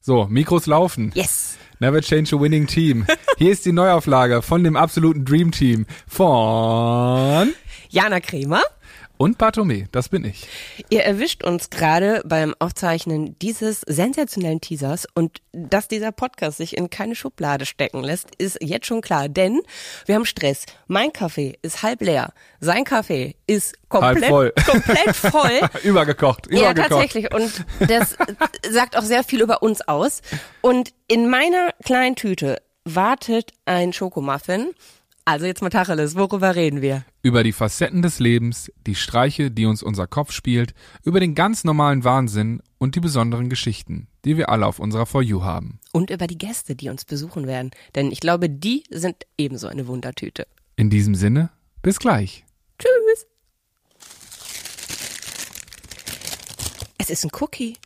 So, Mikros laufen. Yes. Never change a winning team. Hier ist die Neuauflage von dem absoluten Dream Team von Jana Kremer. und Bartome, das bin ich. Ihr erwischt uns gerade beim Aufzeichnen dieses sensationellen Teasers und dass dieser Podcast sich in keine Schublade stecken lässt, ist jetzt schon klar, denn wir haben Stress. Mein Kaffee ist halb leer, sein Kaffee ist komplett voll. komplett voll. Übergekocht, Äh? Ja, übergekocht. tatsächlich. Und das sagt auch sehr viel über uns aus. Und in meiner kleinen Tüte wartet ein Schokomuffin. Also jetzt mal Tacheles, worüber reden wir? Über die Facetten des Lebens, die Streiche, die uns unser Kopf spielt, über den ganz normalen Wahnsinn und die besonderen Geschichten, die wir alle auf unserer For You haben. Und über die Gäste, die uns besuchen werden. Denn ich glaube, die sind ebenso eine Wundertüte. In diesem Sinne, bis gleich. Tschüss. Es ist ein Cookie.